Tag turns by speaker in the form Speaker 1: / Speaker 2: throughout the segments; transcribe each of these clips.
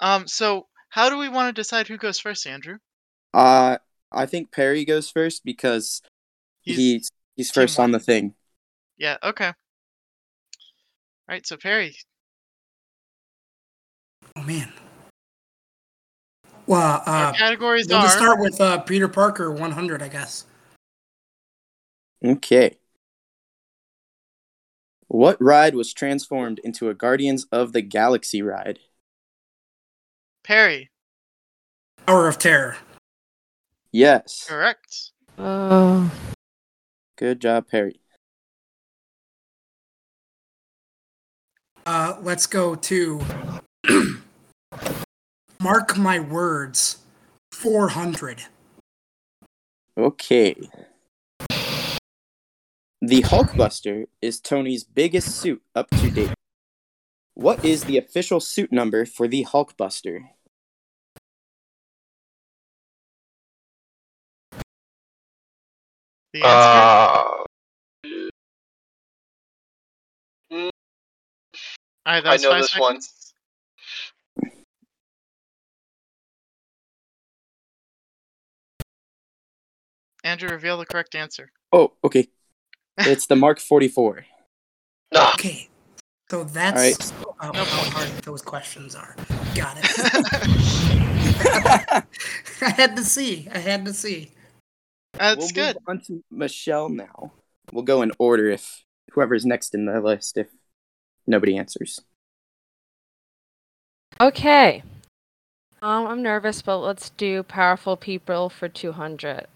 Speaker 1: Um, so how do we want to decide who goes first, Andrew?
Speaker 2: Uh, I think Perry goes first because
Speaker 1: He's-
Speaker 2: he's he's first on the thing.
Speaker 1: Yeah, okay. Right, so Perry.
Speaker 3: Oh man. Well,
Speaker 1: Our
Speaker 3: uh,
Speaker 1: categories
Speaker 3: we'll
Speaker 1: are
Speaker 3: just start with uh, Peter Parker 100, I guess.
Speaker 2: Okay. What ride was transformed into a Guardians of the Galaxy ride?
Speaker 1: Perry,
Speaker 3: Hour of Terror.
Speaker 2: Yes.
Speaker 1: correct.
Speaker 4: Oh.
Speaker 2: Good job, Perry.
Speaker 3: Uh, let's go to Mark My Words 400.
Speaker 2: Okay. The Hulkbuster is Tony's biggest suit up to date. What is the official suit number for the Hulkbuster?
Speaker 1: The answer.
Speaker 5: Uh,
Speaker 1: All right, that
Speaker 5: I
Speaker 1: was
Speaker 5: know
Speaker 1: five
Speaker 5: this one.
Speaker 1: seconds. Andrew, reveal the correct answer.
Speaker 2: Oh, okay. It's the Mark 44.
Speaker 5: nah.
Speaker 3: Okay. So that's uh,
Speaker 1: No
Speaker 3: how
Speaker 1: point.
Speaker 3: hard those questions are. Got it.
Speaker 1: That's
Speaker 3: I had to see. I had to see.
Speaker 2: we'll move
Speaker 1: good.
Speaker 2: on to Michelle now. We'll go in order if whoever's next in the list if nobody answers.
Speaker 4: Okay. Um, I'm nervous, but let's do powerful people for 200.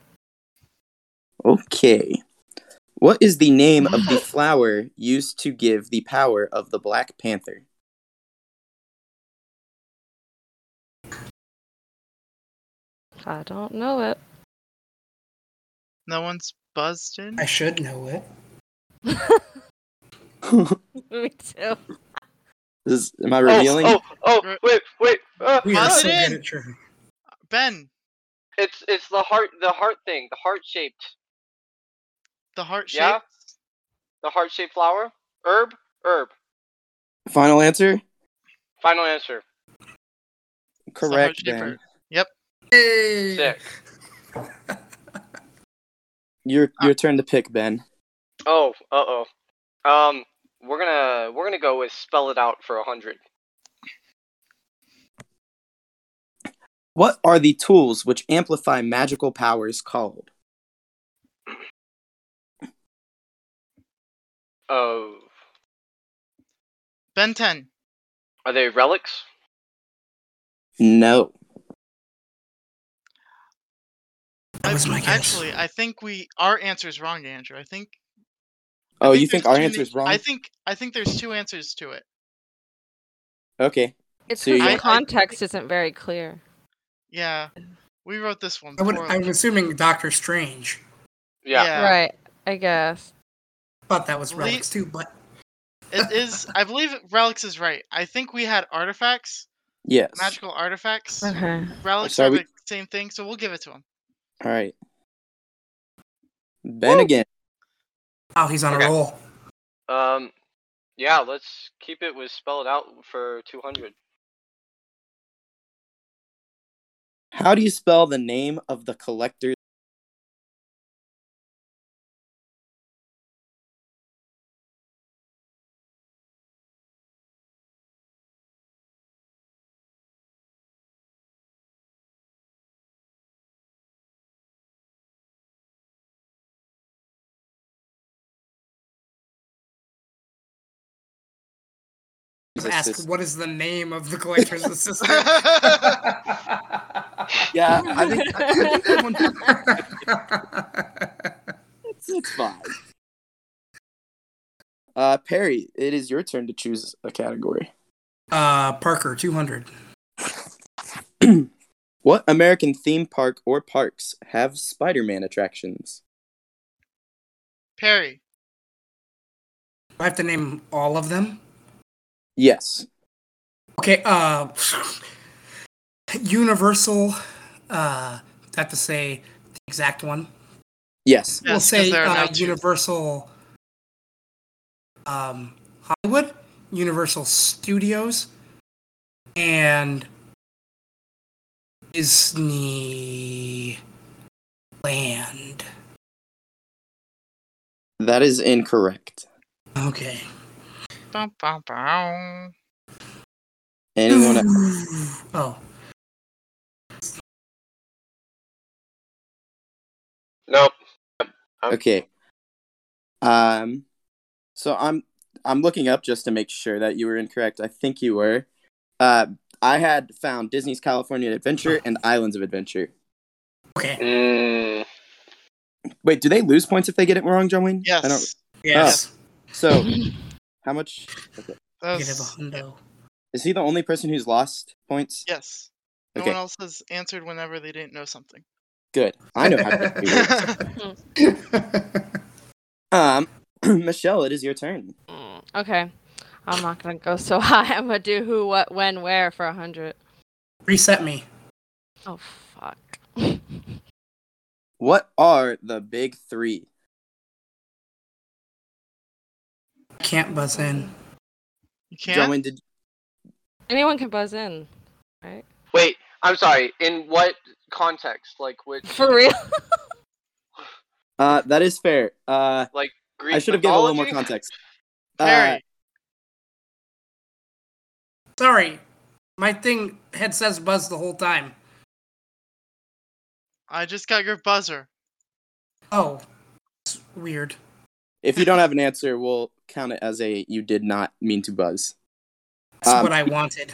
Speaker 2: Okay. What is the name of the flower used to give the power of the Black Panther?
Speaker 4: I don't know it.
Speaker 1: No one's buzzed in.
Speaker 3: I should know it.
Speaker 4: Me too.
Speaker 2: Is, am I
Speaker 5: Oh,
Speaker 2: revealing?
Speaker 5: Oh, oh, wait, wait. Uh,
Speaker 3: We
Speaker 5: uh,
Speaker 3: are
Speaker 1: Buzz
Speaker 3: so
Speaker 1: it
Speaker 3: good
Speaker 1: in.
Speaker 3: at trivia.
Speaker 1: Ben,
Speaker 5: it's it's the heart, the heart thing, the heart shaped,
Speaker 1: the heart shape.
Speaker 5: Yeah? the heart shaped flower, herb, herb.
Speaker 2: Final answer?
Speaker 5: Final answer.
Speaker 1: It's the
Speaker 2: Correct,
Speaker 1: heart shape
Speaker 2: Ben.
Speaker 1: herb. Yep.
Speaker 3: Hey!
Speaker 5: Sick.
Speaker 2: Your,
Speaker 1: Ah.
Speaker 2: your turn to pick, Ben.
Speaker 5: Oh, uh oh. Um, we're gonna we're gonna go with spell it out for a hundred.
Speaker 2: What are the tools which amplify magical powers called?
Speaker 5: Oh,
Speaker 1: Ben 10.
Speaker 5: are they relics?
Speaker 2: No.
Speaker 3: That
Speaker 1: I-
Speaker 3: was my guess.
Speaker 1: Actually, I think we our answer is wrong, Andrew. I think. I
Speaker 2: Oh, you think
Speaker 1: there's
Speaker 2: our
Speaker 1: too
Speaker 2: answer
Speaker 1: many-
Speaker 2: is wrong?
Speaker 1: I think I think there's two answers to it.
Speaker 2: Okay.
Speaker 4: It's
Speaker 2: See
Speaker 4: because
Speaker 2: ya.
Speaker 4: the context isn't very clear.
Speaker 1: Yeah, we wrote this one.
Speaker 3: I would,
Speaker 1: poorly.
Speaker 3: I'm assuming Doctor Strange
Speaker 5: Yeah.
Speaker 4: Right, I guess.
Speaker 3: thought that was
Speaker 1: Le-
Speaker 3: relics too, but
Speaker 1: It is. I believe Relics is right. I think we had artifacts,
Speaker 2: Yes.
Speaker 1: magical artifacts.
Speaker 4: Okay.
Speaker 1: Relics
Speaker 2: sorry,
Speaker 1: are
Speaker 2: we-
Speaker 1: the same thing, so we'll give it to him.
Speaker 2: All right. Ben again.
Speaker 3: oh, he's on
Speaker 5: Okay.
Speaker 3: a roll.
Speaker 5: Um, yeah. Let's keep it with spell it out for two hundred.
Speaker 2: How do you spell the name of the collector?
Speaker 3: Just
Speaker 2: This
Speaker 3: ask
Speaker 2: is-
Speaker 3: what is the name of the collector's assistant?
Speaker 2: Yeah, Uh, I think I think that one- it's fine. Uh, Perry, it is your turn to choose a category.
Speaker 3: uh, Parker, 200.
Speaker 2: What American theme park or parks have Spider-Man attractions?
Speaker 1: Perry,
Speaker 3: Do I have to name all of them?
Speaker 2: Yes.
Speaker 3: Okay, uh, Universal, uh, I have to say the exact one.
Speaker 1: Yes,
Speaker 2: Yes.
Speaker 3: we'll
Speaker 1: 'cause
Speaker 3: say
Speaker 1: there are now
Speaker 3: uh,
Speaker 1: two.
Speaker 3: Universal um, Hollywood, Universal Studios, and Disney land.
Speaker 2: That is incorrect.
Speaker 3: Okay.
Speaker 1: Bum, bum, bum.
Speaker 2: Anyone e-, else?
Speaker 3: Oh,
Speaker 5: Nope.
Speaker 2: Okay. Um, so I'm I'm looking up just to make sure that you were incorrect. I think you were. Uh, I had found Disney's California Adventure and Islands of Adventure.
Speaker 3: okay.
Speaker 5: Mm,
Speaker 2: Wait, do they lose points if they get it wrong, John Wayne?
Speaker 1: Yes.
Speaker 2: I don't.
Speaker 3: Yes.
Speaker 2: So, how much
Speaker 1: That
Speaker 3: Negative a
Speaker 1: was-
Speaker 3: hundo.
Speaker 2: is he the only person who's lost points?
Speaker 1: Yes. No
Speaker 2: Okay.
Speaker 1: one else has answered whenever they didn't know something.
Speaker 2: Good. I know how to do it. Um, Michelle, it is your turn.
Speaker 4: Mm, Okay. I'm not gonna go so high. I'm gonna do who, what, when, where for a hundred.
Speaker 3: Reset me.
Speaker 4: Oh fuck.
Speaker 2: What are the big three?
Speaker 3: Can't buzz in.
Speaker 1: You
Speaker 2: John
Speaker 1: can't.
Speaker 2: Wayne, did
Speaker 4: Anyone can buzz in.
Speaker 5: wait, I'm sorry. In what context? Like which?
Speaker 4: For real?
Speaker 2: uh, that is fair. Uh,
Speaker 5: Greek
Speaker 2: I should have given a little more
Speaker 5: mythology?
Speaker 2: context. Uh,
Speaker 1: Very.
Speaker 3: Sorry, my thing head says buzz the whole time.
Speaker 1: I just got your buzzer.
Speaker 3: Oh, it's weird.
Speaker 2: If you don't have an answer, we'll count it as a you did not mean to buzz.
Speaker 3: That's
Speaker 2: Um,
Speaker 3: what I wanted.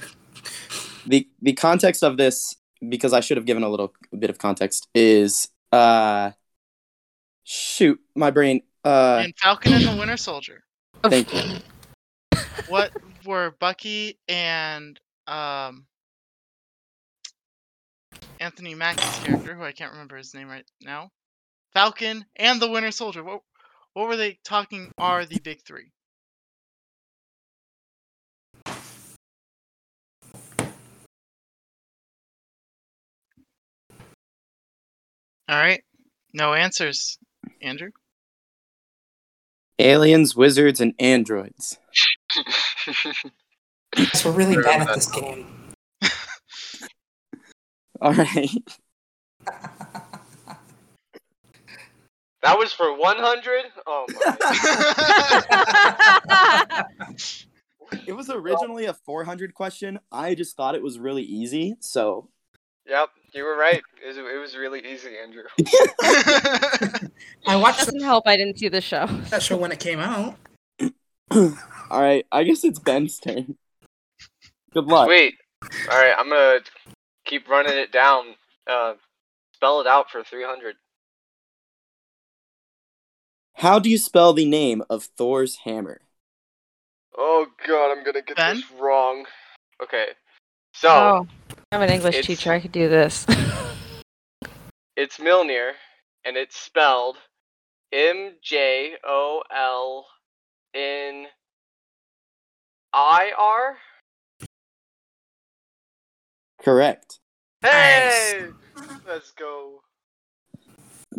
Speaker 2: The the context of this, because I should have given a little bit of context, is uh shoot, my brain. Uh
Speaker 1: and Falcon and the Winter Soldier.
Speaker 2: thank you.
Speaker 1: What were Bucky and um Anthony Mackie's character, who I can't remember his name right now, Falcon and the Winter Soldier. What what were they talking? Are the big three? All right, no answers, Andrew.
Speaker 2: Aliens, wizards, and androids.
Speaker 3: Guys, we're really
Speaker 5: Sure,
Speaker 3: bad at
Speaker 5: that's
Speaker 3: this game.
Speaker 2: Alright.
Speaker 5: that was for 100. Oh my.
Speaker 2: It was originally a four hundred question. I just thought it was really easy, so
Speaker 5: yep, you were right. It was, it was really easy, Andrew.
Speaker 3: I watched
Speaker 4: Doesn't help. I didn't see the show.
Speaker 3: that show when it came out.
Speaker 2: Alright, I guess it's Ben's turn. Good luck.
Speaker 5: Wait. All right, I'm gonna keep running it down. Uh, spell it out for 300.
Speaker 2: How do you spell the name of Thor's hammer?
Speaker 5: Oh god, I'm gonna get
Speaker 1: Ben?
Speaker 5: this wrong. Okay. So
Speaker 4: Oh, I'm an English
Speaker 5: It's-
Speaker 4: teacher. I could do this.
Speaker 5: it's Milnir, and it's spelled M J O L N I R.
Speaker 2: Correct.
Speaker 3: Nice.
Speaker 5: Hey, let's go.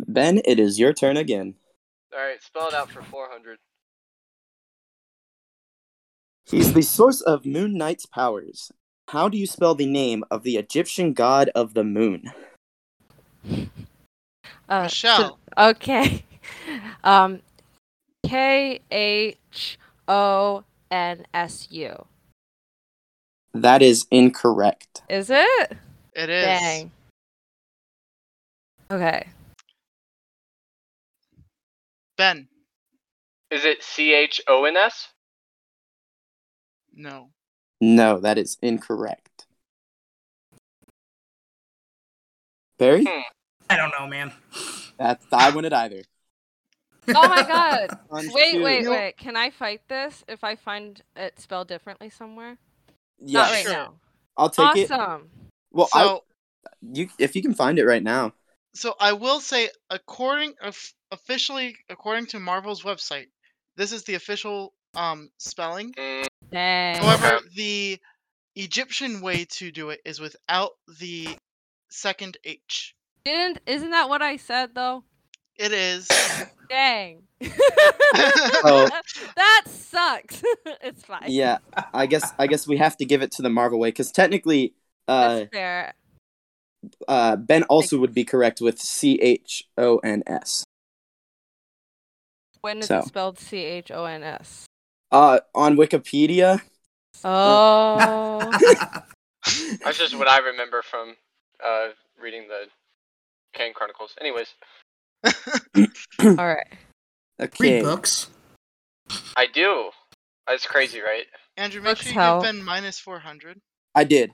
Speaker 2: Ben, it is your turn again.
Speaker 5: All right, spell it out for 400.
Speaker 2: He's the source of Moon Knight's powers. How do you spell the name of the Egyptian god of the moon?
Speaker 4: Uh, so-
Speaker 1: Michelle.
Speaker 4: okay. Um, K H O N S U.
Speaker 2: That is incorrect.
Speaker 4: Is it?
Speaker 1: It is.
Speaker 4: Dang. Okay.
Speaker 1: Ben.
Speaker 5: Is it C H O N S?
Speaker 1: No.
Speaker 2: No, that is incorrect. Barry?
Speaker 5: Hmm.
Speaker 3: I don't know, man.
Speaker 2: That's, I wouldn't either.
Speaker 4: Oh my god.
Speaker 2: On two.
Speaker 4: Wait, wait, wait. Can I fight this if I find it spelled differently somewhere?
Speaker 2: Yes,
Speaker 4: Not right
Speaker 1: Sure.
Speaker 4: now.
Speaker 2: I'll take it.
Speaker 4: awesome.
Speaker 2: Well,
Speaker 1: so
Speaker 2: I, you, if you can find it right now.
Speaker 1: so I will say, according of, officially, according to Marvel's website, this is the official um spelling.
Speaker 5: Mm,
Speaker 4: Dang.
Speaker 1: However, the Egyptian way to do it is without the second H.
Speaker 4: Didn't, isn't that what I said though?
Speaker 1: It is.
Speaker 4: Dang.
Speaker 2: Oh.
Speaker 4: That sucks. it's fine.
Speaker 2: Yeah, I guess I guess we have to give it to the Marvel way because technically, uh,
Speaker 4: That's fair.
Speaker 2: uh, Ben also would be correct with C H O N S.
Speaker 4: When is
Speaker 2: So.
Speaker 4: it spelled C H O N S?
Speaker 2: Uh, on Wikipedia, Uh,
Speaker 4: Oh.
Speaker 5: That's just what I remember from uh, reading the Kane Chronicles. Anyways,
Speaker 4: All right.
Speaker 2: okay.
Speaker 3: Read books.
Speaker 5: I do. That's crazy, right?
Speaker 1: Andrew, make
Speaker 4: Let's
Speaker 1: sure you
Speaker 4: help.
Speaker 1: give Ben minus 400.
Speaker 2: I did.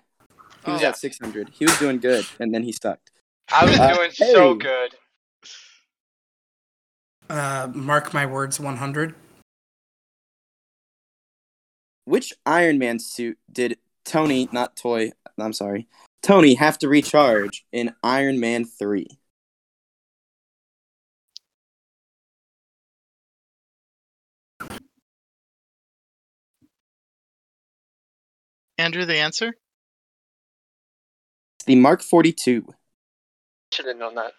Speaker 2: He
Speaker 1: Oh,
Speaker 2: was at 600. He was doing good, and then he sucked.
Speaker 5: I was
Speaker 2: Uh,
Speaker 5: doing so
Speaker 2: hey.
Speaker 5: good.
Speaker 3: Uh, mark my words, 100.
Speaker 2: Which Iron Man suit did Tony, not Toy, I'm sorry, Tony have to recharge in Iron Man 3?
Speaker 1: Andrew, the answer?
Speaker 2: It's the Mark 42.
Speaker 5: Should have known that.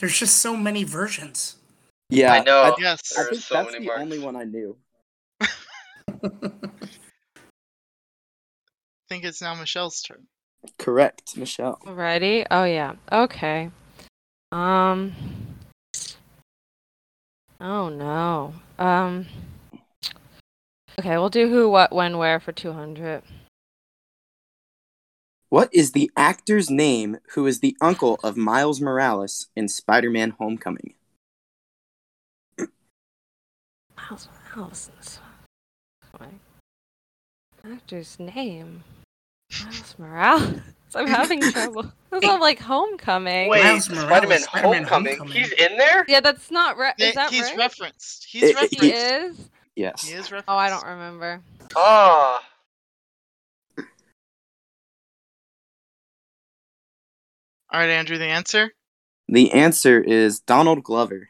Speaker 3: There's just so many versions.
Speaker 2: Yeah.
Speaker 5: I
Speaker 4: Oh,
Speaker 5: know.
Speaker 1: Yes.
Speaker 2: I
Speaker 5: There are
Speaker 2: think
Speaker 5: so
Speaker 2: that's
Speaker 5: many
Speaker 2: the
Speaker 5: marks.
Speaker 2: only one I knew.
Speaker 1: think it's now Michelle's turn.
Speaker 2: Correct, Michelle.
Speaker 4: Alrighty. Oh yeah. Okay. Um. Oh no. Um. Okay, we'll do who, what, when, where for two hundred.
Speaker 2: What is the actor's name who is the uncle of Miles Morales in Spider Man Homecoming?
Speaker 4: How's Allison's? Actor's name. Miles Morales. I'm having trouble. This is all like homecoming.
Speaker 5: Wait,
Speaker 3: Miles Morales,
Speaker 5: Spider-Man,
Speaker 3: Spider-Man
Speaker 5: Homecoming.
Speaker 3: Homecoming.
Speaker 5: He's in there?
Speaker 4: Yeah, that's not right. Is
Speaker 1: Th-
Speaker 4: that
Speaker 1: he's
Speaker 4: right?
Speaker 1: referenced. He's
Speaker 2: It- it-
Speaker 1: referenced.
Speaker 4: he is.
Speaker 2: Yes.
Speaker 1: He is referenced.
Speaker 4: Oh, I don't remember.
Speaker 5: Oh,
Speaker 1: All right, Andrew, the answer?
Speaker 2: The answer is Donald Glover.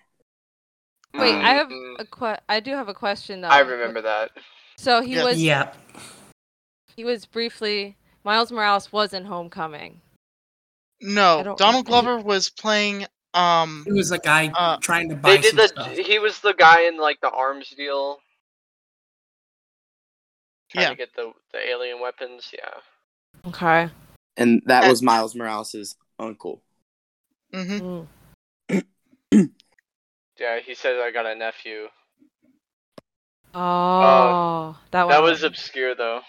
Speaker 4: Wait, I have
Speaker 5: mm,
Speaker 4: a que- I do have a question though.
Speaker 5: I remember that.
Speaker 4: So he
Speaker 1: Yeah.
Speaker 4: was
Speaker 3: Yeah.
Speaker 4: he was briefly Miles Morales was in Homecoming. I
Speaker 1: No,
Speaker 4: don't
Speaker 1: Donald
Speaker 4: remember.
Speaker 1: Glover was playing. Um,
Speaker 3: He was a guy
Speaker 1: Uh,
Speaker 3: trying to buy
Speaker 5: They did
Speaker 3: some
Speaker 5: the.
Speaker 3: stuff.
Speaker 5: He was the guy in like the arms deal. Trying
Speaker 1: Yeah.
Speaker 5: to get the the alien weapons. Yeah.
Speaker 4: Okay.
Speaker 2: And that
Speaker 1: Uh,
Speaker 2: was Miles Morales' uncle.
Speaker 1: mhm.
Speaker 4: Mm.
Speaker 5: Yeah. He said I got a nephew.
Speaker 4: Oh, that,
Speaker 5: That
Speaker 4: one-
Speaker 5: was obscure though.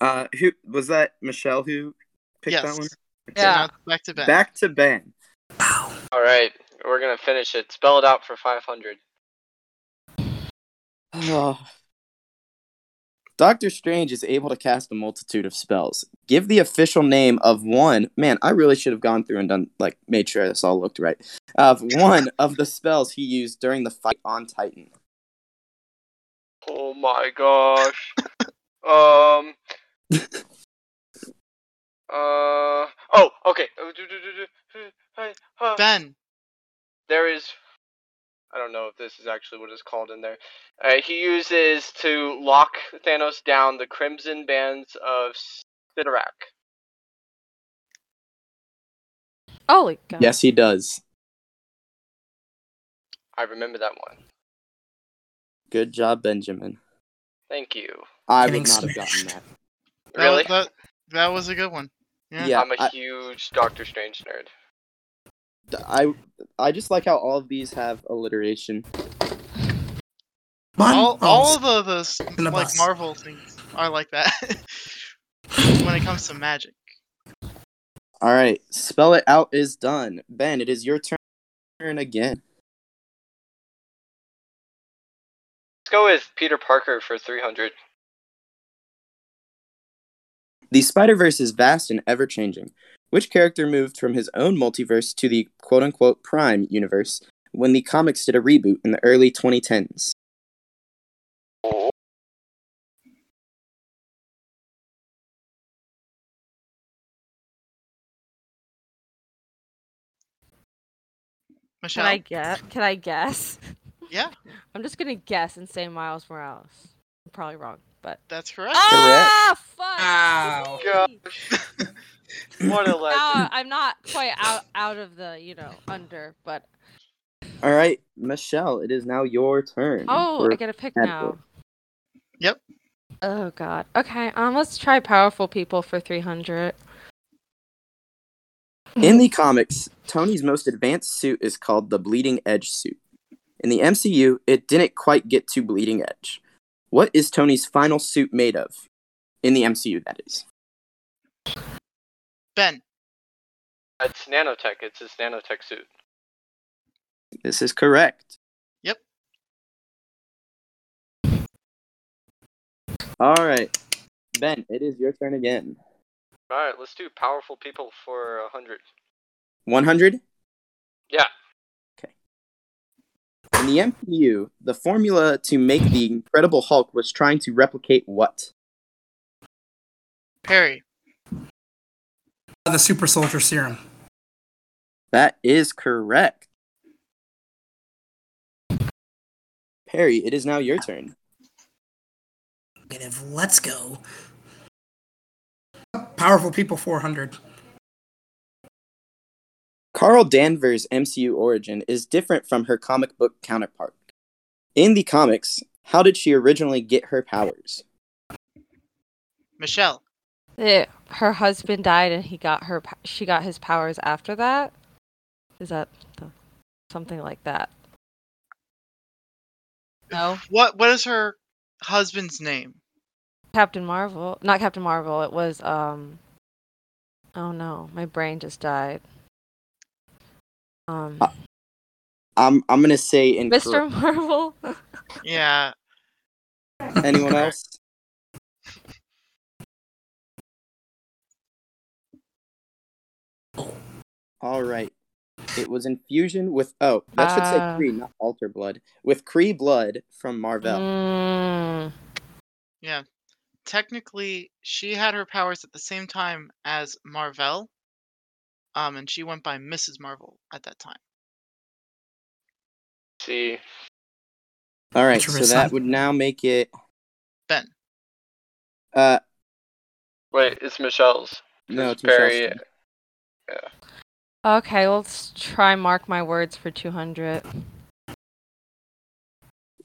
Speaker 2: Uh, who was that? Michelle who picked
Speaker 1: yes.
Speaker 2: that one?
Speaker 1: So
Speaker 4: Yeah.
Speaker 1: now it's back to back.
Speaker 2: Back to Ben.
Speaker 3: Wow.
Speaker 5: All right, we're gonna finish it. Spell it out for five hundred.
Speaker 2: Doctor Strange is able to cast a multitude of spells. Give the official name of one. Man, I really should have gone through and done like made sure this all looked right. Of one of the spells he used during the fight on Titan.
Speaker 5: Oh my gosh. um. Uh. Oh. Okay. Oh, do, do, do, do. Hi, huh.
Speaker 1: Ben,
Speaker 5: There is. I don't know if this is actually what it's called in there. Uh, he uses to lock Thanos down the Crimson Bands of Sidorak.
Speaker 4: holy god.
Speaker 2: Yes, he does.
Speaker 5: I remember that one.
Speaker 2: Good job, Benjamin.
Speaker 5: Thank you.
Speaker 2: I
Speaker 3: Getting
Speaker 2: would not have gotten
Speaker 3: smashed.
Speaker 2: that.
Speaker 1: that,
Speaker 5: Really?
Speaker 1: was, that, that was a good one. Yeah.
Speaker 2: Yeah,
Speaker 5: I'm a
Speaker 2: I-
Speaker 5: huge Doctor Strange nerd.
Speaker 2: I I just like how all of these have alliteration.
Speaker 1: All,
Speaker 3: Mongols.
Speaker 1: all of the, those
Speaker 3: the
Speaker 1: like
Speaker 3: bus.
Speaker 1: Marvel things are like that when it comes to magic.
Speaker 2: All right, spell it out is done. Ben, it is your turn again.
Speaker 5: Let's go with Peter Parker for three hundred.
Speaker 2: The Spider Verse is vast and ever changing. Which character moved from his own multiverse to the quote unquote Prime universe when the comics did a reboot in the early 2010s?
Speaker 1: Michelle,
Speaker 4: Can I get? Can I guess?
Speaker 1: Yeah.
Speaker 4: I'm just gonna guess and say Miles Morales. I'm probably wrong, but.
Speaker 1: that's correct.
Speaker 4: Ah, fuck!
Speaker 3: Ow.
Speaker 4: Yippee!
Speaker 5: What a
Speaker 4: Now
Speaker 5: legend.
Speaker 4: Uh, I'm not quite out out of the you know under, but
Speaker 2: All right, Michelle, it is now your turn.
Speaker 4: oh,
Speaker 2: for-
Speaker 4: I get a pick
Speaker 2: Bad
Speaker 4: now.
Speaker 2: boy.
Speaker 1: Yep.
Speaker 4: Oh god. Okay, um let's try powerful people for 300.
Speaker 2: In the comics, Tony's most advanced suit is called the Bleeding Edge suit. In the MCU, it didn't quite get to Bleeding Edge. What is Tony's final suit made of? In the MCU, that is.
Speaker 1: Ben,
Speaker 5: It's nanotech. It's his nanotech suit.
Speaker 2: This is correct.
Speaker 1: Yep.
Speaker 2: All right. Ben, it is your turn again.
Speaker 5: All right, let's do powerful people for a hundred.
Speaker 2: 100?
Speaker 5: Yeah.
Speaker 2: In the MCU, the formula to make the Incredible Hulk was trying to replicate what?
Speaker 1: Perry,
Speaker 3: Uh, the super soldier serum.
Speaker 2: That is correct. Perry, it is now your turn.
Speaker 3: Negative. Let's go. Powerful people 400.
Speaker 2: Carl Danvers' MCU origin is different from her comic book counterpart. In the comics, how did she originally get her powers?
Speaker 1: Michelle,
Speaker 4: Eh, her husband died and he got her po- she got his powers after that. Is that the, something like that? No.
Speaker 1: what what is her husband's name?
Speaker 4: Captain Marvel, not Captain Marvel. It was um. Oh no, my brain just died. Um,
Speaker 2: Uh, I'm I'm gonna say in
Speaker 4: Mr. Marvel.
Speaker 1: Yeah,
Speaker 2: Anyone else? All right. It was infusion with oh, that should say
Speaker 4: Ah.
Speaker 2: Kree, not alter blood. With Kree blood from Marvel.
Speaker 4: Mm,
Speaker 1: technically she had her powers at the same time as Marvel, um, and she went by Mrs. Marvel at that time.
Speaker 5: See,
Speaker 2: All right, so
Speaker 3: Interesting.
Speaker 2: that would now make it
Speaker 1: Ben,
Speaker 2: uh
Speaker 5: wait, it's Michelle's.
Speaker 2: no, it's
Speaker 5: It's Barry.
Speaker 2: Michelle's.
Speaker 4: okay, let's try mark my words for two hundred.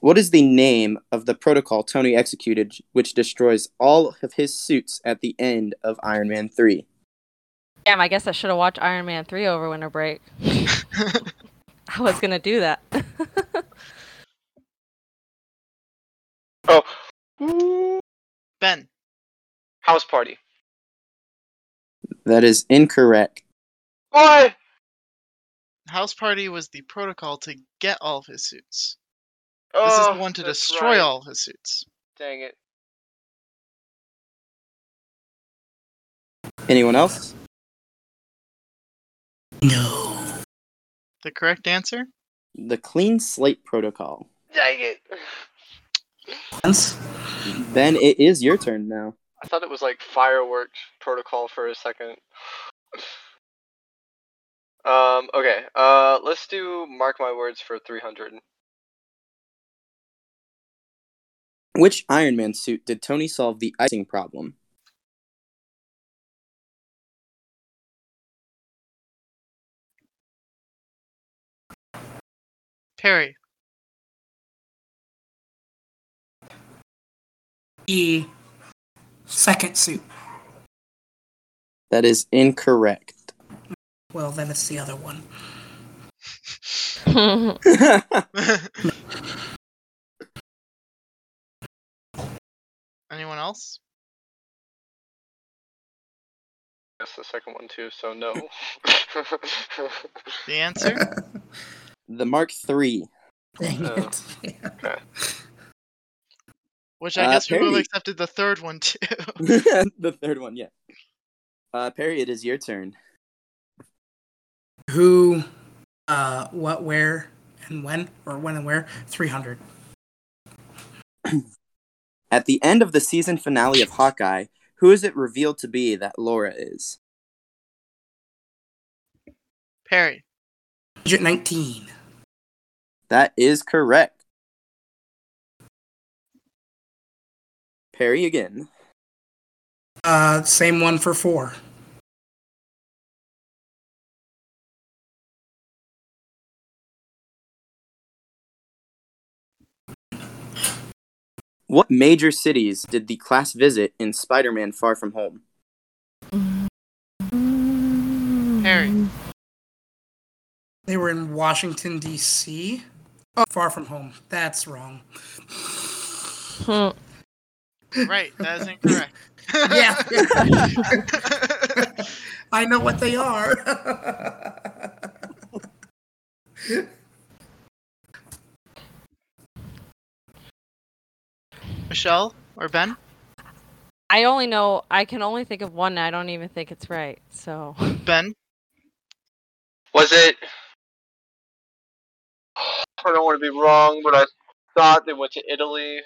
Speaker 2: What is the name of the protocol Tony executed which destroys all of his suits at the end of Iron Man 3?
Speaker 4: Damn, I guess I should have watched Iron Man three over winter break. I was gonna do that.
Speaker 5: Oh. Ooh.
Speaker 1: Ben,
Speaker 5: House party.
Speaker 2: That is incorrect.
Speaker 5: Why?
Speaker 1: House Party was the protocol to get all of his suits. This
Speaker 5: Oh,
Speaker 1: is the one to
Speaker 5: that's
Speaker 1: destroy
Speaker 5: right.
Speaker 1: all of his suits.
Speaker 5: Dang it.
Speaker 2: Anyone else?
Speaker 3: No.
Speaker 1: The correct answer?
Speaker 2: The clean slate protocol.
Speaker 5: Dang it.
Speaker 3: Sense?
Speaker 2: Then it is your turn now.
Speaker 5: I thought it was like fireworks protocol for a second. Um. Okay. Uh. Let's do mark my words for 300.
Speaker 2: Which Iron Man suit did Tony solve the icing problem?
Speaker 1: Perry,
Speaker 3: The second suit.
Speaker 2: That is incorrect.
Speaker 3: Well, then it's the other one.
Speaker 1: anyone else?
Speaker 5: That's the second one too. So no.
Speaker 1: The answer?
Speaker 2: the Mark III.
Speaker 3: Dang
Speaker 5: Oh.
Speaker 3: it.
Speaker 1: Which I
Speaker 2: Uh,
Speaker 1: guess we would have
Speaker 2: Perry.
Speaker 1: accepted the third one too.
Speaker 2: the third one, yeah. Uh, Perry, it is your turn.
Speaker 3: Who, uh, what, where, and when, or when and where? 300.
Speaker 2: At the end of the season finale of Hawkeye, who is it revealed to be that Laura is?
Speaker 1: Perry,
Speaker 3: Agent 19.
Speaker 2: That is correct. Perry again.
Speaker 3: Uh, same one for four.
Speaker 2: What major cities did the class visit in Spider Man Far From Home?
Speaker 1: Harry.
Speaker 3: They were in Washington, D.C. Oh, far from home. That's wrong.
Speaker 4: Hmm.
Speaker 1: Right, that is incorrect.
Speaker 3: Yeah. I know what they are.
Speaker 1: Michelle or Ben?
Speaker 4: I only know I can only think of one. and I don't even think it's right. So
Speaker 1: Ben.
Speaker 5: Was it? I don't want to be wrong, but I thought they went to Italy.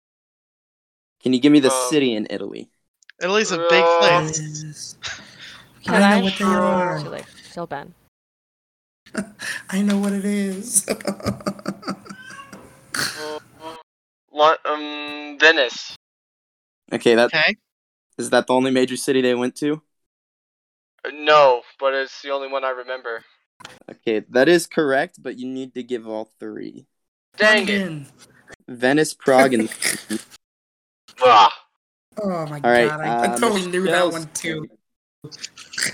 Speaker 2: Can you give me the
Speaker 5: Um,
Speaker 2: city in Italy?
Speaker 1: Italy's a big
Speaker 5: Uh,
Speaker 1: place.
Speaker 3: I
Speaker 4: can
Speaker 3: know
Speaker 4: I,
Speaker 3: what they are.
Speaker 4: Actually, Still Ben.
Speaker 3: I know what it is.
Speaker 5: Lon- um, Venice.
Speaker 2: Okay, that
Speaker 1: Okay.
Speaker 2: is that the only major city they went to?
Speaker 5: No, but it's the only one I remember.
Speaker 2: Okay, that is correct, but you need to give all three.
Speaker 5: Dang it!
Speaker 2: Venice, Prague, and
Speaker 5: Ugh.
Speaker 3: Oh my
Speaker 2: all right.
Speaker 3: god, I, I
Speaker 2: uh,
Speaker 3: totally knew that
Speaker 2: Michelle's
Speaker 3: one too.
Speaker 2: turn.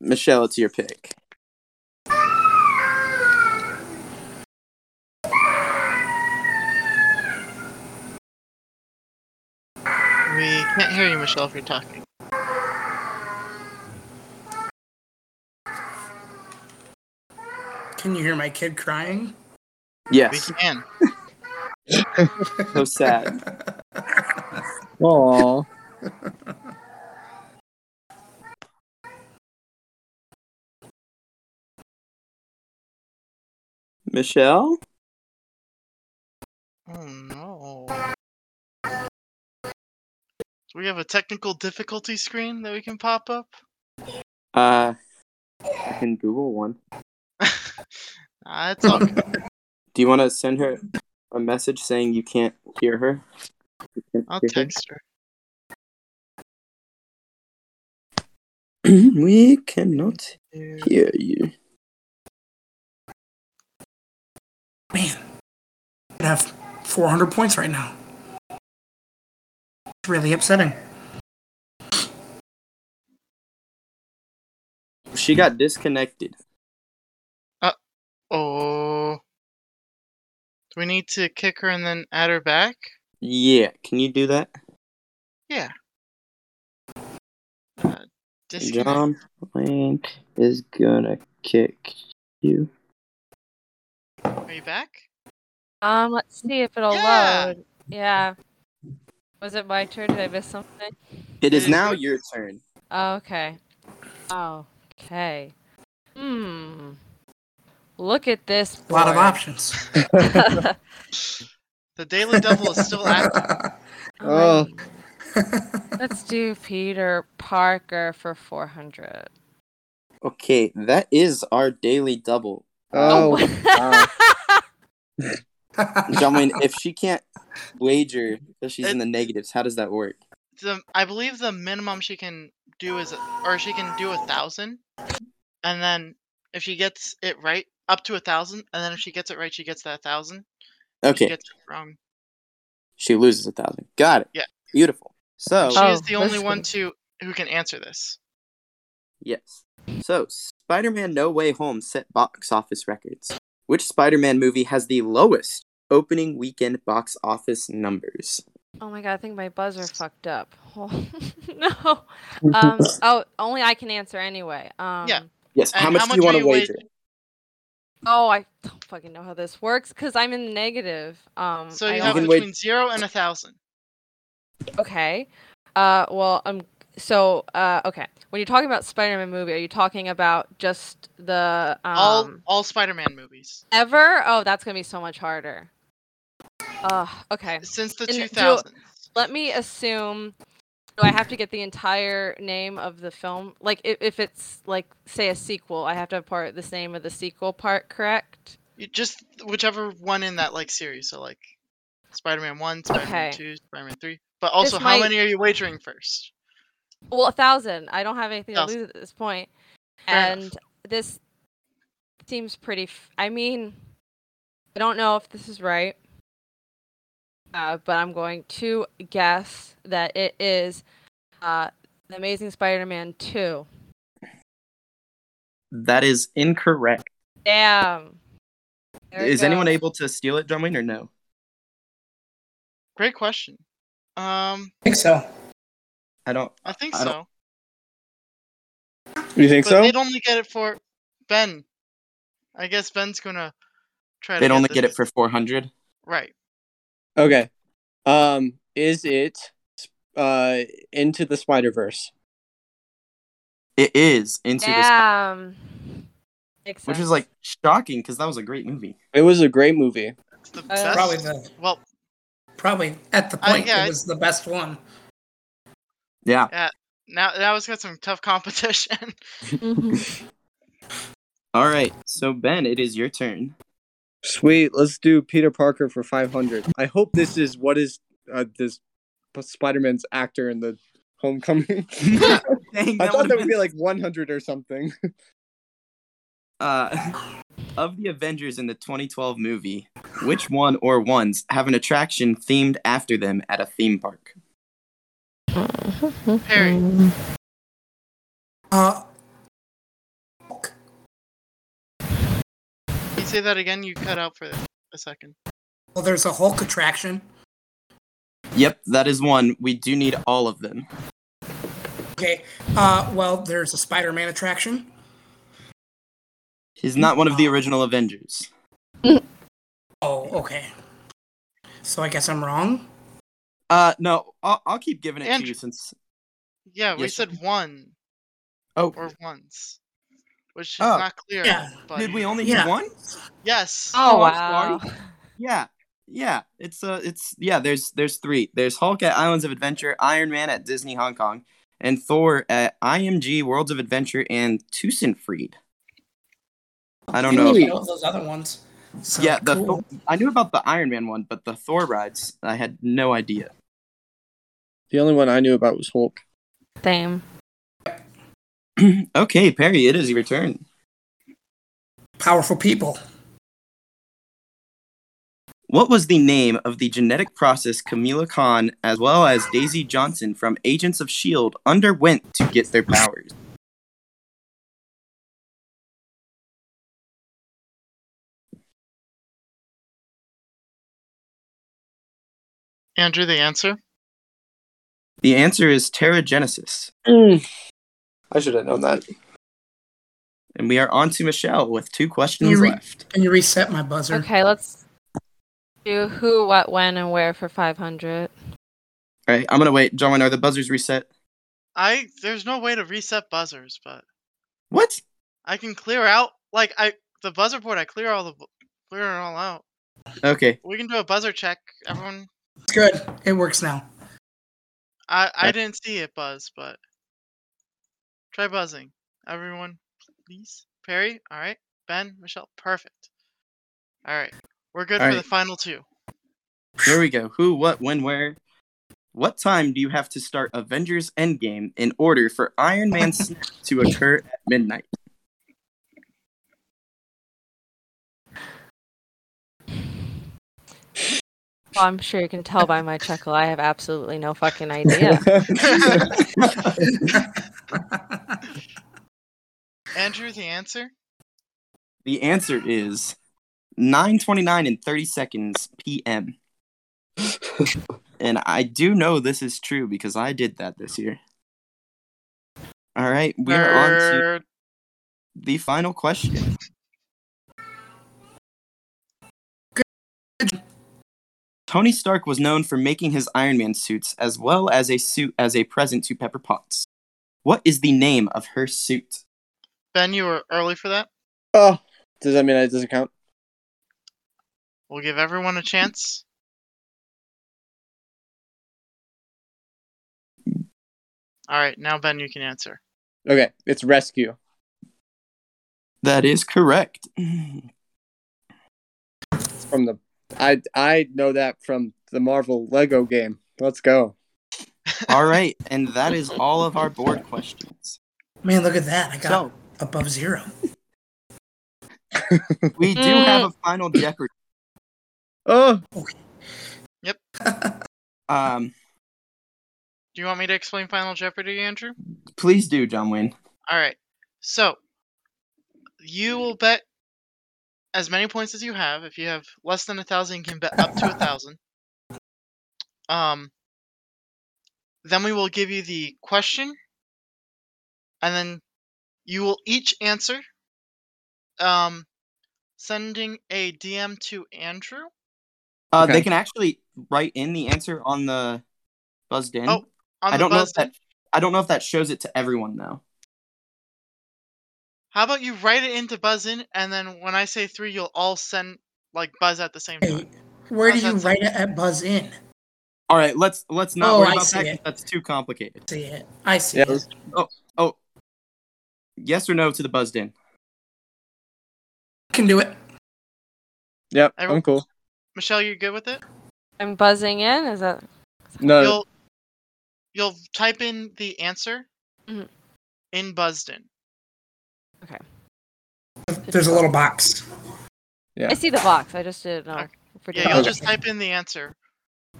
Speaker 2: Michelle, it's your pick.
Speaker 1: We can't hear you, Michelle, if you're talking.
Speaker 3: Can you hear my kid crying?
Speaker 2: Yes,
Speaker 1: We can.
Speaker 2: so sad.
Speaker 6: Aww.
Speaker 2: Michelle,
Speaker 1: Oh no. Do we have a technical difficulty screen that we can pop up?
Speaker 2: uh, I can Google one.
Speaker 1: Nah, it's all good.
Speaker 2: Do you want to send her a message saying you can't hear her? You can't
Speaker 1: I'll
Speaker 2: hear her?
Speaker 1: text her.
Speaker 2: we cannot hear you.
Speaker 3: Man, I have 400 points right now. It's really upsetting.
Speaker 2: She got disconnected.
Speaker 1: Oh. Do we need to kick her and then add her back?
Speaker 2: Yeah, can you do that,
Speaker 1: Uh, disconnect.
Speaker 2: John? Wayne is gonna kick you.
Speaker 1: Are you back?
Speaker 4: Um, let's see if it'll
Speaker 1: Yeah.
Speaker 4: load. Yeah. Was it my turn? Did I miss something?
Speaker 1: It
Speaker 2: It is
Speaker 1: is
Speaker 2: now
Speaker 1: your-
Speaker 2: your turn.
Speaker 4: Okay. Okay. Hmm. Look at this.
Speaker 3: A lot of
Speaker 4: board.
Speaker 3: options.
Speaker 1: The Daily Devil is still active.
Speaker 6: Oh.
Speaker 4: Let's do Peter Parker for 400.
Speaker 2: Okay, that is our daily double.
Speaker 6: Oh. wow.
Speaker 2: John Wayne, if she can't wager because she's in
Speaker 1: It-
Speaker 2: the negatives, how does that work?
Speaker 1: The, I believe the minimum she can do is, or she can do a thousand, and then if she gets it right, up to a thousand, and then if she gets it right, she gets that thousand. If She
Speaker 2: Okay,
Speaker 1: gets it wrong.
Speaker 2: she loses a thousand. Got it.
Speaker 1: Yeah.
Speaker 2: Beautiful. So,
Speaker 1: She is
Speaker 4: Oh,
Speaker 1: the only
Speaker 4: that's
Speaker 1: one
Speaker 4: good.
Speaker 1: to who can answer this.
Speaker 2: yes. So, Spider Man No Way Home set box office records. Which Spider Man movie has the lowest opening weekend box office numbers?
Speaker 4: Oh my god, I think my buzzer fucked up. Oh, no. Um, oh, only I can answer anyway. Um,
Speaker 2: Yes,
Speaker 1: And
Speaker 2: how much,
Speaker 1: how
Speaker 2: do you
Speaker 1: much
Speaker 2: want
Speaker 1: are
Speaker 2: to
Speaker 1: you wag-
Speaker 2: wager?
Speaker 4: Oh, I don't fucking know how this works because I'm in the negative. Um,
Speaker 1: So
Speaker 4: I
Speaker 1: you
Speaker 4: don't-
Speaker 1: have
Speaker 2: You can wait-
Speaker 1: between zero and a thousand.
Speaker 4: Okay. Uh, well, um, so uh, okay. When you're talking about Spider-Man movie, are you talking about just the um
Speaker 1: all all Spider-Man movies
Speaker 4: ever? Oh, that's gonna be so much harder. Uh, okay.
Speaker 1: since the
Speaker 4: and do-
Speaker 1: two thousands.
Speaker 4: Let me assume. Do I have to get the entire name of the film? Like, if, if it's like say a sequel, I have to have part the name of the sequel part correct.
Speaker 1: You just whichever one in that like series. So like Spider-Man one, Spider-Man
Speaker 4: Okay.
Speaker 1: two, Spider-Man three. But also, how
Speaker 4: might-
Speaker 1: many are you wagering first?
Speaker 4: Well, a thousand. I don't have anything to
Speaker 1: Thousand.
Speaker 4: lose at this point.
Speaker 1: Fair
Speaker 4: and
Speaker 1: enough.
Speaker 4: this seems pretty. F- I mean, I don't know if this is right, uh, but I'm going to guess that it is uh, The Amazing Spider Man 2.
Speaker 2: That is incorrect.
Speaker 4: Damn. There we
Speaker 2: Is anyone
Speaker 4: go.
Speaker 2: able to steal it, Drumwing, or no?
Speaker 1: Great question. Um,
Speaker 3: I think so.
Speaker 2: I don't.
Speaker 1: I think
Speaker 2: I don't
Speaker 1: so.
Speaker 2: You think
Speaker 1: But they'd only get it for Ben. I guess Ben's gonna try.
Speaker 2: They'd
Speaker 1: to
Speaker 2: only get
Speaker 1: this.
Speaker 2: it for four hundred.
Speaker 1: right.
Speaker 7: Okay. Um, is it uh into the Spider Verse?
Speaker 2: It is into the Sp-
Speaker 4: Damn. Makes
Speaker 2: which
Speaker 4: sense.
Speaker 2: is like shocking because that was a great movie.
Speaker 7: It was a great movie.
Speaker 1: It's the
Speaker 4: Uh,
Speaker 1: best.
Speaker 3: Probably the
Speaker 1: Well,
Speaker 3: probably at the
Speaker 1: I-
Speaker 3: point
Speaker 1: yeah, I-
Speaker 3: it was the best one.
Speaker 2: Yeah.
Speaker 1: now now it's got some tough competition.
Speaker 4: Mm-hmm.
Speaker 2: All right. So Ben, it is your turn.
Speaker 7: Sweet. Let's do Peter Parker for five hundred. I hope this is what is uh, this Spider Man's actor in the Homecoming.
Speaker 2: Dang,
Speaker 7: I
Speaker 2: that
Speaker 7: thought
Speaker 2: would've
Speaker 7: that would be
Speaker 2: been-
Speaker 7: like one hundred or something.
Speaker 2: uh, of the Avengers in the 2012 movie, which one or ones have an attraction themed after them at a theme park?
Speaker 1: Harry,
Speaker 3: Uh,
Speaker 1: can you say that again? You cut out for a second.
Speaker 3: well, there's a Hulk attraction.
Speaker 2: Yep, that is one. We do need all of them.
Speaker 3: Okay. Uh, well, there's a Spider-Man attraction.
Speaker 2: He's not one of the original Avengers.
Speaker 3: Oh, okay. So I guess I'm wrong.
Speaker 2: Uh, no, I'll, I'll keep giving it to
Speaker 1: Andrew.
Speaker 2: you since.
Speaker 1: Yeah, we
Speaker 2: Yes.
Speaker 1: said one
Speaker 2: Oh,
Speaker 1: or once, which is
Speaker 2: Oh.
Speaker 1: not clear.
Speaker 3: Yeah.
Speaker 1: But
Speaker 2: did we only
Speaker 3: Yeah.
Speaker 2: do one?
Speaker 1: Yes.
Speaker 4: oh,
Speaker 2: Oh,
Speaker 4: wow.
Speaker 2: I'm Yeah, yeah. It's uh, it's yeah. There's there's three. There's Hulk at Islands of Adventure, Iron Man at Disney Hong Kong, and Thor at IMG Worlds of Adventure and Teusenfried. I don't
Speaker 3: Didn't
Speaker 2: know.
Speaker 3: even those other ones. So,
Speaker 2: yeah, the
Speaker 3: Oh, cool.
Speaker 2: Thor- I knew about the Iron Man one, but the Thor rides, I had no idea.
Speaker 7: The only one I knew about was Hulk.
Speaker 4: Same.
Speaker 2: okay, Perry, it is your turn.
Speaker 3: powerful people.
Speaker 2: What was the name of the genetic process Camila Khan, as well as Daisy Johnson from Agents of Shield, E underwent to get their powers?
Speaker 1: Andrew, the answer.
Speaker 2: The answer is pterogenesis,
Speaker 7: I should have known that.
Speaker 2: and we are on to Michelle with two questions
Speaker 3: You re-
Speaker 2: left.
Speaker 3: Can you reset my buzzer?
Speaker 4: Okay, let's do who, what, when, and where for 500.
Speaker 2: All right, I'm gonna wait. John, are the buzzers reset?
Speaker 1: I there's no way to reset buzzers, but
Speaker 2: What?
Speaker 1: I can clear out like I the buzzer board. I clear all the bu- clear it all out.
Speaker 2: Okay,
Speaker 1: We can do a buzzer check. Everyone,
Speaker 3: It's good. It works now.
Speaker 1: I I
Speaker 2: Okay.
Speaker 1: didn't see it buzz, but try buzzing. Everyone, please. Perry, all right. Ben, Michelle, perfect. All right, we're good
Speaker 2: All
Speaker 1: for the
Speaker 2: right.
Speaker 1: final two.
Speaker 2: here we go. Who, what, when, where? What time do you have to start Avengers Endgame in order for Iron Man snap to occur at midnight?
Speaker 4: Well, I'm sure you can tell by my chuckle. I have absolutely no fucking idea.
Speaker 1: Andrew, the answer.
Speaker 2: The answer is 9:29 and 30 seconds p.m. and I do know this is true because I did that this year. All right, we are on to
Speaker 1: Nerd.
Speaker 2: the final question. Tony Stark was known for making his Iron Man suits as well as a suit as a present to Pepper Potts. What is the name of her suit?
Speaker 1: Ben, you were early for that.
Speaker 7: Oh, does that mean it doesn't count?
Speaker 1: We'll give everyone a chance. All right, now Ben, you can answer.
Speaker 7: Okay, it's rescue.
Speaker 2: That is correct.
Speaker 7: It's from the I I know that from the Marvel Lego game. Let's go.
Speaker 2: all right, and that is all of our board questions.
Speaker 3: Man, look at that. I got
Speaker 2: So
Speaker 3: above zero.
Speaker 2: we do have a final Jeopardy.
Speaker 7: Oh,
Speaker 2: Um,
Speaker 1: Do you want me to explain Final Jeopardy, Andrew?
Speaker 2: please do, John Wayne.
Speaker 1: All right. So you will bet as many points as you have. If you have less than a thousand, you can bet up to a thousand. Um. Then we will give you the question, and then you will each answer. Um, sending a DM to Andrew.
Speaker 2: Uh, They
Speaker 7: Okay.
Speaker 2: can actually write in the answer on the buzzed in.
Speaker 1: Oh, On
Speaker 2: I
Speaker 1: the
Speaker 2: don't know if
Speaker 1: buzzed in.
Speaker 2: that I don't know if that shows it to everyone though.
Speaker 1: How about you write it into buzz in, and then when I say three, you'll all send like buzz at the same time.
Speaker 3: Hey,
Speaker 2: Oh,
Speaker 3: where do
Speaker 1: How's
Speaker 3: you
Speaker 1: that
Speaker 3: write it at buzz in?
Speaker 2: All right, let's let's not
Speaker 3: Oh,
Speaker 2: worry
Speaker 3: I
Speaker 2: about
Speaker 3: see
Speaker 2: that.
Speaker 3: it.
Speaker 2: 'cause That's too complicated.
Speaker 3: See it. I see
Speaker 7: Yeah,
Speaker 3: it.
Speaker 7: let's-
Speaker 2: Yes or no to the buzzed in.
Speaker 3: Can do it.
Speaker 7: yep,
Speaker 1: Everyone-
Speaker 7: I'm cool.
Speaker 1: Michelle, you good with it?
Speaker 4: I'm buzzing in. Is that
Speaker 5: Uh,
Speaker 7: No,
Speaker 1: you'll you'll type in the answer
Speaker 4: Mhm.
Speaker 1: in Buzzden.
Speaker 3: There's a little box.
Speaker 7: Yeah.
Speaker 4: I see the box. I just didn't know. if we're
Speaker 1: Yeah,
Speaker 4: doing
Speaker 1: you'll
Speaker 4: it.
Speaker 1: just type in the answer.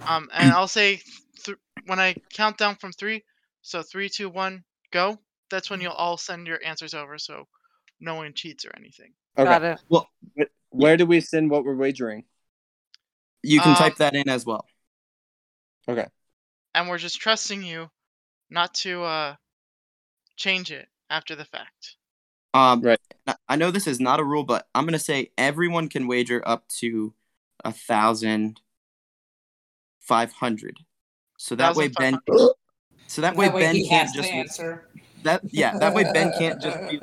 Speaker 1: Um, and I'll say th- when I count down from three, so three, two, one, go. That's when you'll all send your answers over, so no one cheats or anything.
Speaker 4: Got
Speaker 7: okay.
Speaker 4: it.
Speaker 7: Where do we send what we're wagering?
Speaker 2: You can
Speaker 1: Um,
Speaker 2: type that in as well.
Speaker 1: And we're just trusting you not to uh change it after the fact.
Speaker 2: Um,
Speaker 7: Right.
Speaker 2: n- I know this is not a rule, but I'm gonna say everyone can wager up to a thousand five hundred. So that way Ben. So that way Ben can't just
Speaker 8: answer.
Speaker 2: that yeah that way Ben can't just be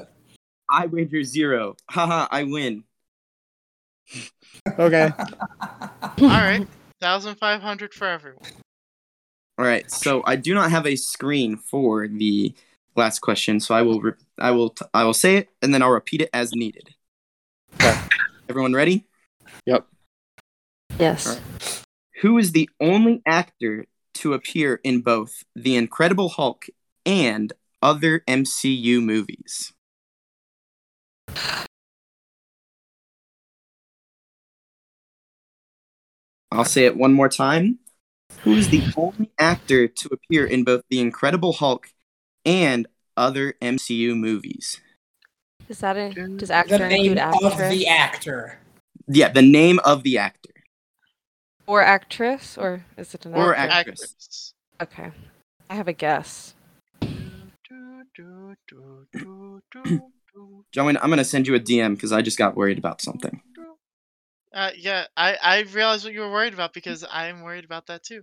Speaker 2: I wager zero. Haha, I win.
Speaker 7: Okay.
Speaker 1: All right, thousand five hundred for everyone.
Speaker 2: All right, so I do not have a screen for the last question, so I will re- I will t- I will say it and then I'll repeat it as needed.
Speaker 7: Okay.
Speaker 2: Everyone ready?
Speaker 4: Yes.
Speaker 2: Who is the only actor to appear in both The Incredible Hulk and other MCU movies? I'll say it one more time. Who is the only actor to appear in both The Incredible Hulk and other MCU movies?
Speaker 4: Is that in? Does
Speaker 8: The
Speaker 4: actor
Speaker 8: name
Speaker 4: include
Speaker 8: of
Speaker 4: actor
Speaker 8: the actor.
Speaker 2: Yeah, the name of the actor.
Speaker 4: or actress, or is it an
Speaker 2: Or
Speaker 4: actor?
Speaker 2: Actress.
Speaker 1: Actress.
Speaker 4: Okay. I have a guess.
Speaker 1: Do, do, do, do, do, do,
Speaker 2: Joanne, I'm going to send you a DM because I just got worried about something.
Speaker 1: do. Uh, yeah, I, I realized what you were worried about because I am worried about that too.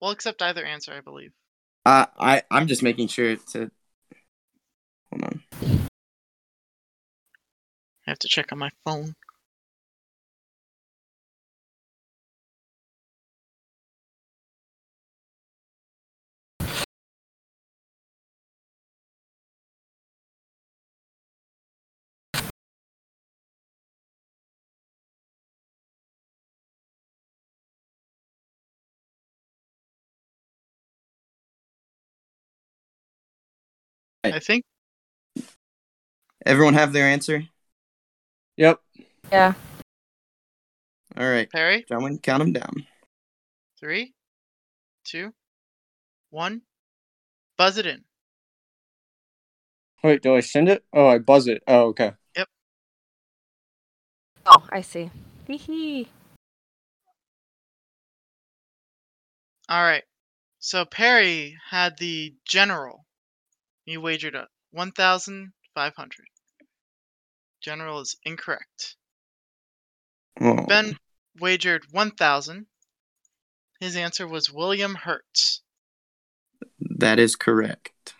Speaker 1: Well, except either answer, I believe.
Speaker 2: Uh, I I'm just making sure to hold on.
Speaker 1: I have to check on my phone.
Speaker 2: Right.
Speaker 1: I think
Speaker 2: Everyone have their answer.
Speaker 7: Yep.
Speaker 4: Yeah.
Speaker 2: All right,
Speaker 1: Perry,
Speaker 2: Joanne, count them down.
Speaker 1: three, two, one, buzz it in.
Speaker 7: Wait, do I send it? Oh, I buzz it. Oh, okay.
Speaker 4: Oh, I see. Hee
Speaker 1: All right. So Perry had the general. He wagered a 1,500. General is incorrect.
Speaker 2: Oh,
Speaker 1: Ben wagered 1,000. His answer was William Hertz.
Speaker 2: that is correct.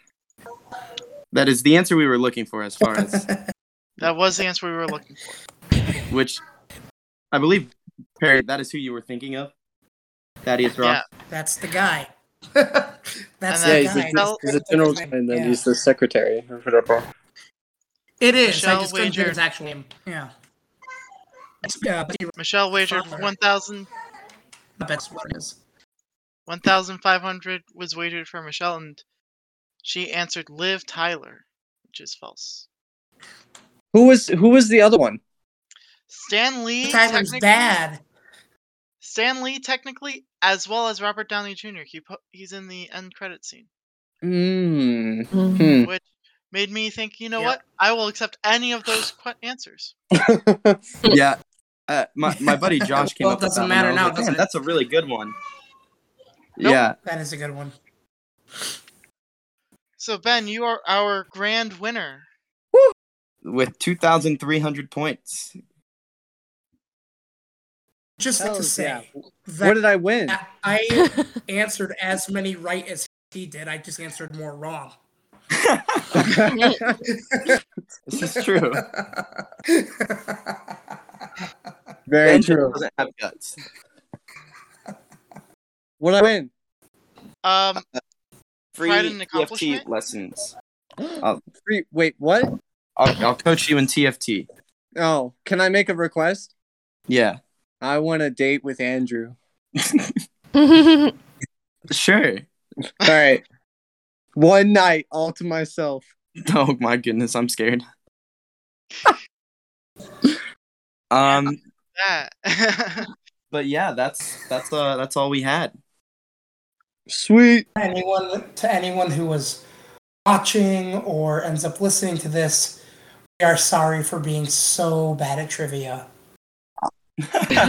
Speaker 2: That is the answer we were looking for, as far as
Speaker 1: That was the answer we were looking for.
Speaker 2: which I believe Perry. That is who you were thinking of. Thaddeus Ross.
Speaker 3: That's the guy. That's
Speaker 1: Yeah,
Speaker 3: the
Speaker 1: he's
Speaker 3: guy.
Speaker 1: the-
Speaker 7: He's a general, and then
Speaker 8: Yeah.
Speaker 7: he's the secretary or whatever.
Speaker 3: it is.
Speaker 1: Michelle
Speaker 3: I just couldn't think of his
Speaker 1: Wager.
Speaker 3: actual name. Yeah. It's, uh,
Speaker 1: Michelle wagered
Speaker 3: Farmer.
Speaker 1: 1,000.
Speaker 3: that's what it is.
Speaker 1: 1,500 was waited for Michelle, and she answered Liv Tyler, which is false.
Speaker 7: Who was who was the other one?
Speaker 1: Stan Lee.
Speaker 3: Tyler's
Speaker 1: technically-
Speaker 3: dad.
Speaker 1: Stan Lee, technically, as well as Robert Downey Jr. He po- he's in the end credit scene,
Speaker 7: Mm.
Speaker 2: Mm-hmm.
Speaker 4: Mhm.
Speaker 1: which made me think, you know
Speaker 3: Yep.
Speaker 1: what? I will accept any of those qu- answers.
Speaker 2: yeah. Uh, my, my buddy Josh came
Speaker 3: Well,
Speaker 2: up with
Speaker 3: doesn't
Speaker 2: that
Speaker 3: matter
Speaker 2: one. I
Speaker 3: now,
Speaker 2: was like,
Speaker 3: does
Speaker 2: "Damn,
Speaker 3: it?"
Speaker 2: that's a really good one.
Speaker 1: Nope.
Speaker 2: Yeah.
Speaker 3: That is a good one.
Speaker 1: So Ben, you are our grand winner.
Speaker 2: With 2,300 points.
Speaker 3: Just like to
Speaker 7: Hells
Speaker 3: say
Speaker 7: yeah.
Speaker 3: that
Speaker 7: What did I win?
Speaker 3: I answered as many right as he did. I just answered more wrong.
Speaker 2: This is true.
Speaker 7: Very
Speaker 2: Ben just
Speaker 7: true.
Speaker 2: doesn't have guts.
Speaker 7: What did I win?
Speaker 1: Um,
Speaker 2: Free
Speaker 1: Pride and
Speaker 2: TFT
Speaker 1: accomplishment?
Speaker 2: lessons.
Speaker 7: Free, wait, what?
Speaker 2: I'll, I'll coach you in TFT.
Speaker 7: Oh, can I make a request?
Speaker 2: Yeah.
Speaker 7: I want a date with Andrew.
Speaker 2: Sure.
Speaker 7: All right. One night all to myself.
Speaker 2: Oh my goodness, I'm scared. um,
Speaker 1: that.
Speaker 2: but yeah, that's that's uh that's all we had.
Speaker 7: Sweet.
Speaker 3: anyone to anyone who was watching or ends up listening to this, we are sorry for being so bad at trivia.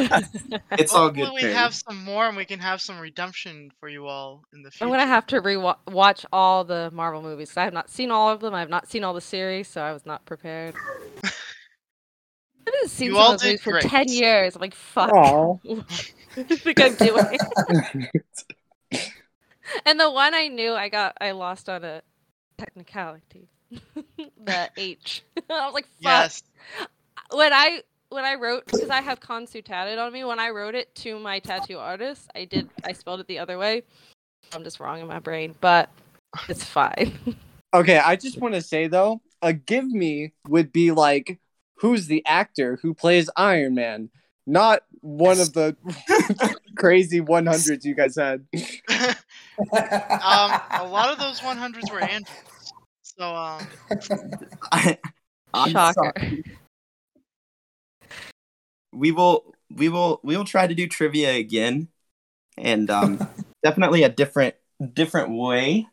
Speaker 2: It's all good.
Speaker 1: Hopefully we
Speaker 2: Perry.
Speaker 1: have some more, and we can have some redemption for you all in the future.
Speaker 4: I'm gonna have to re-watch all the Marvel movies. I have not seen all of them. I have not seen all the series, so I was not prepared. I haven't seen
Speaker 1: You
Speaker 4: some
Speaker 1: all
Speaker 4: of those
Speaker 1: did
Speaker 4: movies for
Speaker 1: great.
Speaker 4: ten years. I'm like, fuck.
Speaker 7: Aw.
Speaker 4: I think I'm doing. and the one I knew, I got, I lost on a technicality. the H. I was like, fuck.
Speaker 1: Yes.
Speaker 4: When I when I wrote, because I have Kansu tatted on me, when I wrote it to my tattoo artist, I did, I spelled it the other way. I'm just wrong in my brain, but it's fine.
Speaker 7: Okay, I just want to say though, a give me would be like, who's the actor who plays Iron Man? Not one of the crazy 100s you guys had.
Speaker 1: um, a lot of those 100s were Andrews. So um,
Speaker 2: I, I'm
Speaker 4: Shocker.
Speaker 2: sorry. We will we will we will try to do trivia again, and um, definitely a different different way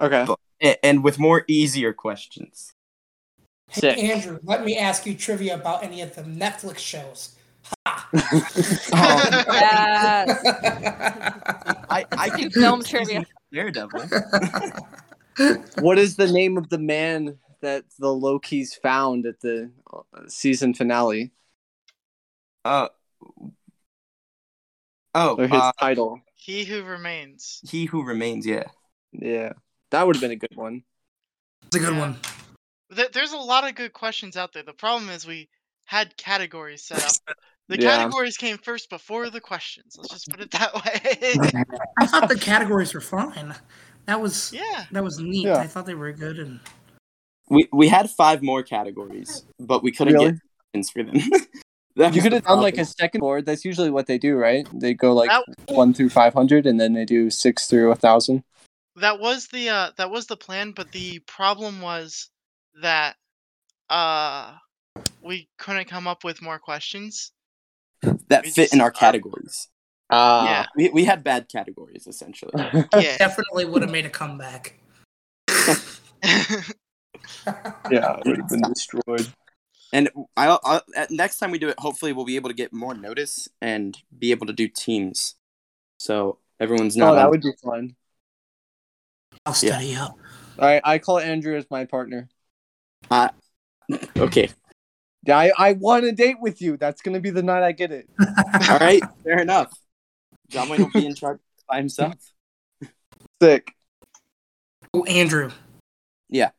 Speaker 7: Okay.
Speaker 2: and, and with more easier questions.
Speaker 7: Sick.
Speaker 3: Hey, Andrew, let me ask you trivia about any of the Netflix shows.
Speaker 2: Um,
Speaker 4: Oh. Yes.
Speaker 2: I, I
Speaker 4: Do
Speaker 2: can
Speaker 4: film trivia.
Speaker 2: Daredevil.
Speaker 7: What is the name of the man that the Loki's found at the uh, season finale
Speaker 2: Uh, oh,
Speaker 7: or his
Speaker 2: uh,
Speaker 7: title?
Speaker 1: he who remains.
Speaker 2: he who remains. Yeah.
Speaker 7: Yeah. That would have been a good one.
Speaker 3: It's a good one.
Speaker 1: There, there's a lot of good questions out there. The problem is we had categories set up. The
Speaker 7: Yeah.
Speaker 1: categories came first before the questions. Let's just put it that way.
Speaker 3: I thought the categories were fine. That was
Speaker 1: yeah.
Speaker 3: that was neat.
Speaker 7: Yeah.
Speaker 3: I thought they were good and
Speaker 2: We we had five more categories, but we couldn't
Speaker 7: Really?
Speaker 2: get questions for them. That
Speaker 7: You
Speaker 2: was
Speaker 7: could
Speaker 2: the
Speaker 7: have done like a
Speaker 2: problem.
Speaker 7: second board. That's usually what they do, right? They go like
Speaker 1: That-
Speaker 7: one through five hundred, and then they do six through a thousand.
Speaker 1: That was the uh, that was the plan, but the problem was that uh we couldn't come up with more questions.
Speaker 2: that
Speaker 1: we
Speaker 2: fit
Speaker 1: just-
Speaker 2: in our categories.
Speaker 7: Ah,
Speaker 1: Yeah.
Speaker 2: We we had bad categories essentially.
Speaker 1: Yeah.
Speaker 3: definitely would have made a comeback.
Speaker 7: yeah, it would have been destroyed.
Speaker 2: And I'll, I'll at, next time we do it, hopefully we'll be able to get more notice and be able to do teams. So everyone's
Speaker 7: No,
Speaker 2: not.
Speaker 7: Oh, that
Speaker 2: on-
Speaker 7: would be fun.
Speaker 3: I'll study up.
Speaker 7: All right, I call Andrew as my partner.
Speaker 2: okay.
Speaker 7: Yeah, I, I want a date with you. That's gonna be the night I get it.
Speaker 2: All right. Fair enough. John Wayne will be in charge by himself.
Speaker 7: Sick.
Speaker 3: Oh, Andrew.
Speaker 2: Yeah.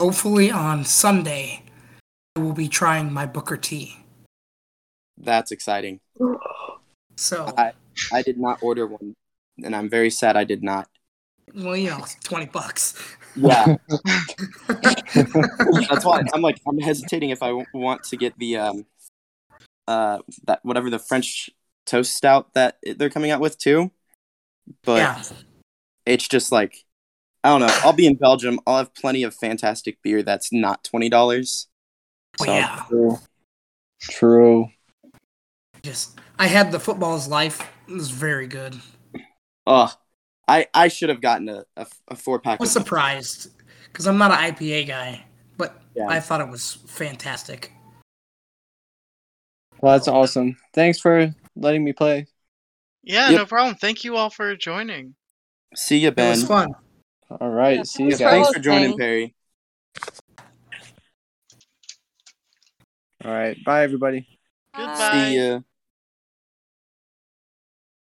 Speaker 3: Hopefully on Sunday, I will be trying my Booker T.
Speaker 2: That's exciting.
Speaker 3: So,
Speaker 7: Uh,
Speaker 2: I- I did not order one, and I'm very sad I did not.
Speaker 3: well, you know, it's 20 bucks.
Speaker 2: Yeah, that's why I'm like I'm hesitating if I w- want to get the um, uh, that whatever the French toast stout that they're coming out with too. But
Speaker 3: yeah. Oh,
Speaker 2: it's just like I don't know. I'll be in Belgium. I'll have plenty of fantastic beer that's not twenty dollars.
Speaker 3: Oh, yeah.
Speaker 7: True. True.
Speaker 3: Just I had the football's life. It was very good.
Speaker 2: Oh, I I should have gotten a, a, four pack.
Speaker 3: I was surprised because I'm not an IPA guy, but
Speaker 2: Yeah.
Speaker 3: I thought it was fantastic.
Speaker 7: Well, that's awesome. Thanks for letting me play.
Speaker 1: Yeah,
Speaker 2: Yep.
Speaker 1: no problem. Thank you all for joining.
Speaker 2: See you,
Speaker 3: It
Speaker 2: Ben.
Speaker 3: was fun.
Speaker 7: All right.
Speaker 4: Yeah,
Speaker 7: see you
Speaker 4: thanks
Speaker 7: guys.
Speaker 4: for
Speaker 2: Thanks for joining,
Speaker 4: Hosting.
Speaker 2: Perry.
Speaker 7: All right. Bye, everybody.
Speaker 2: See ya.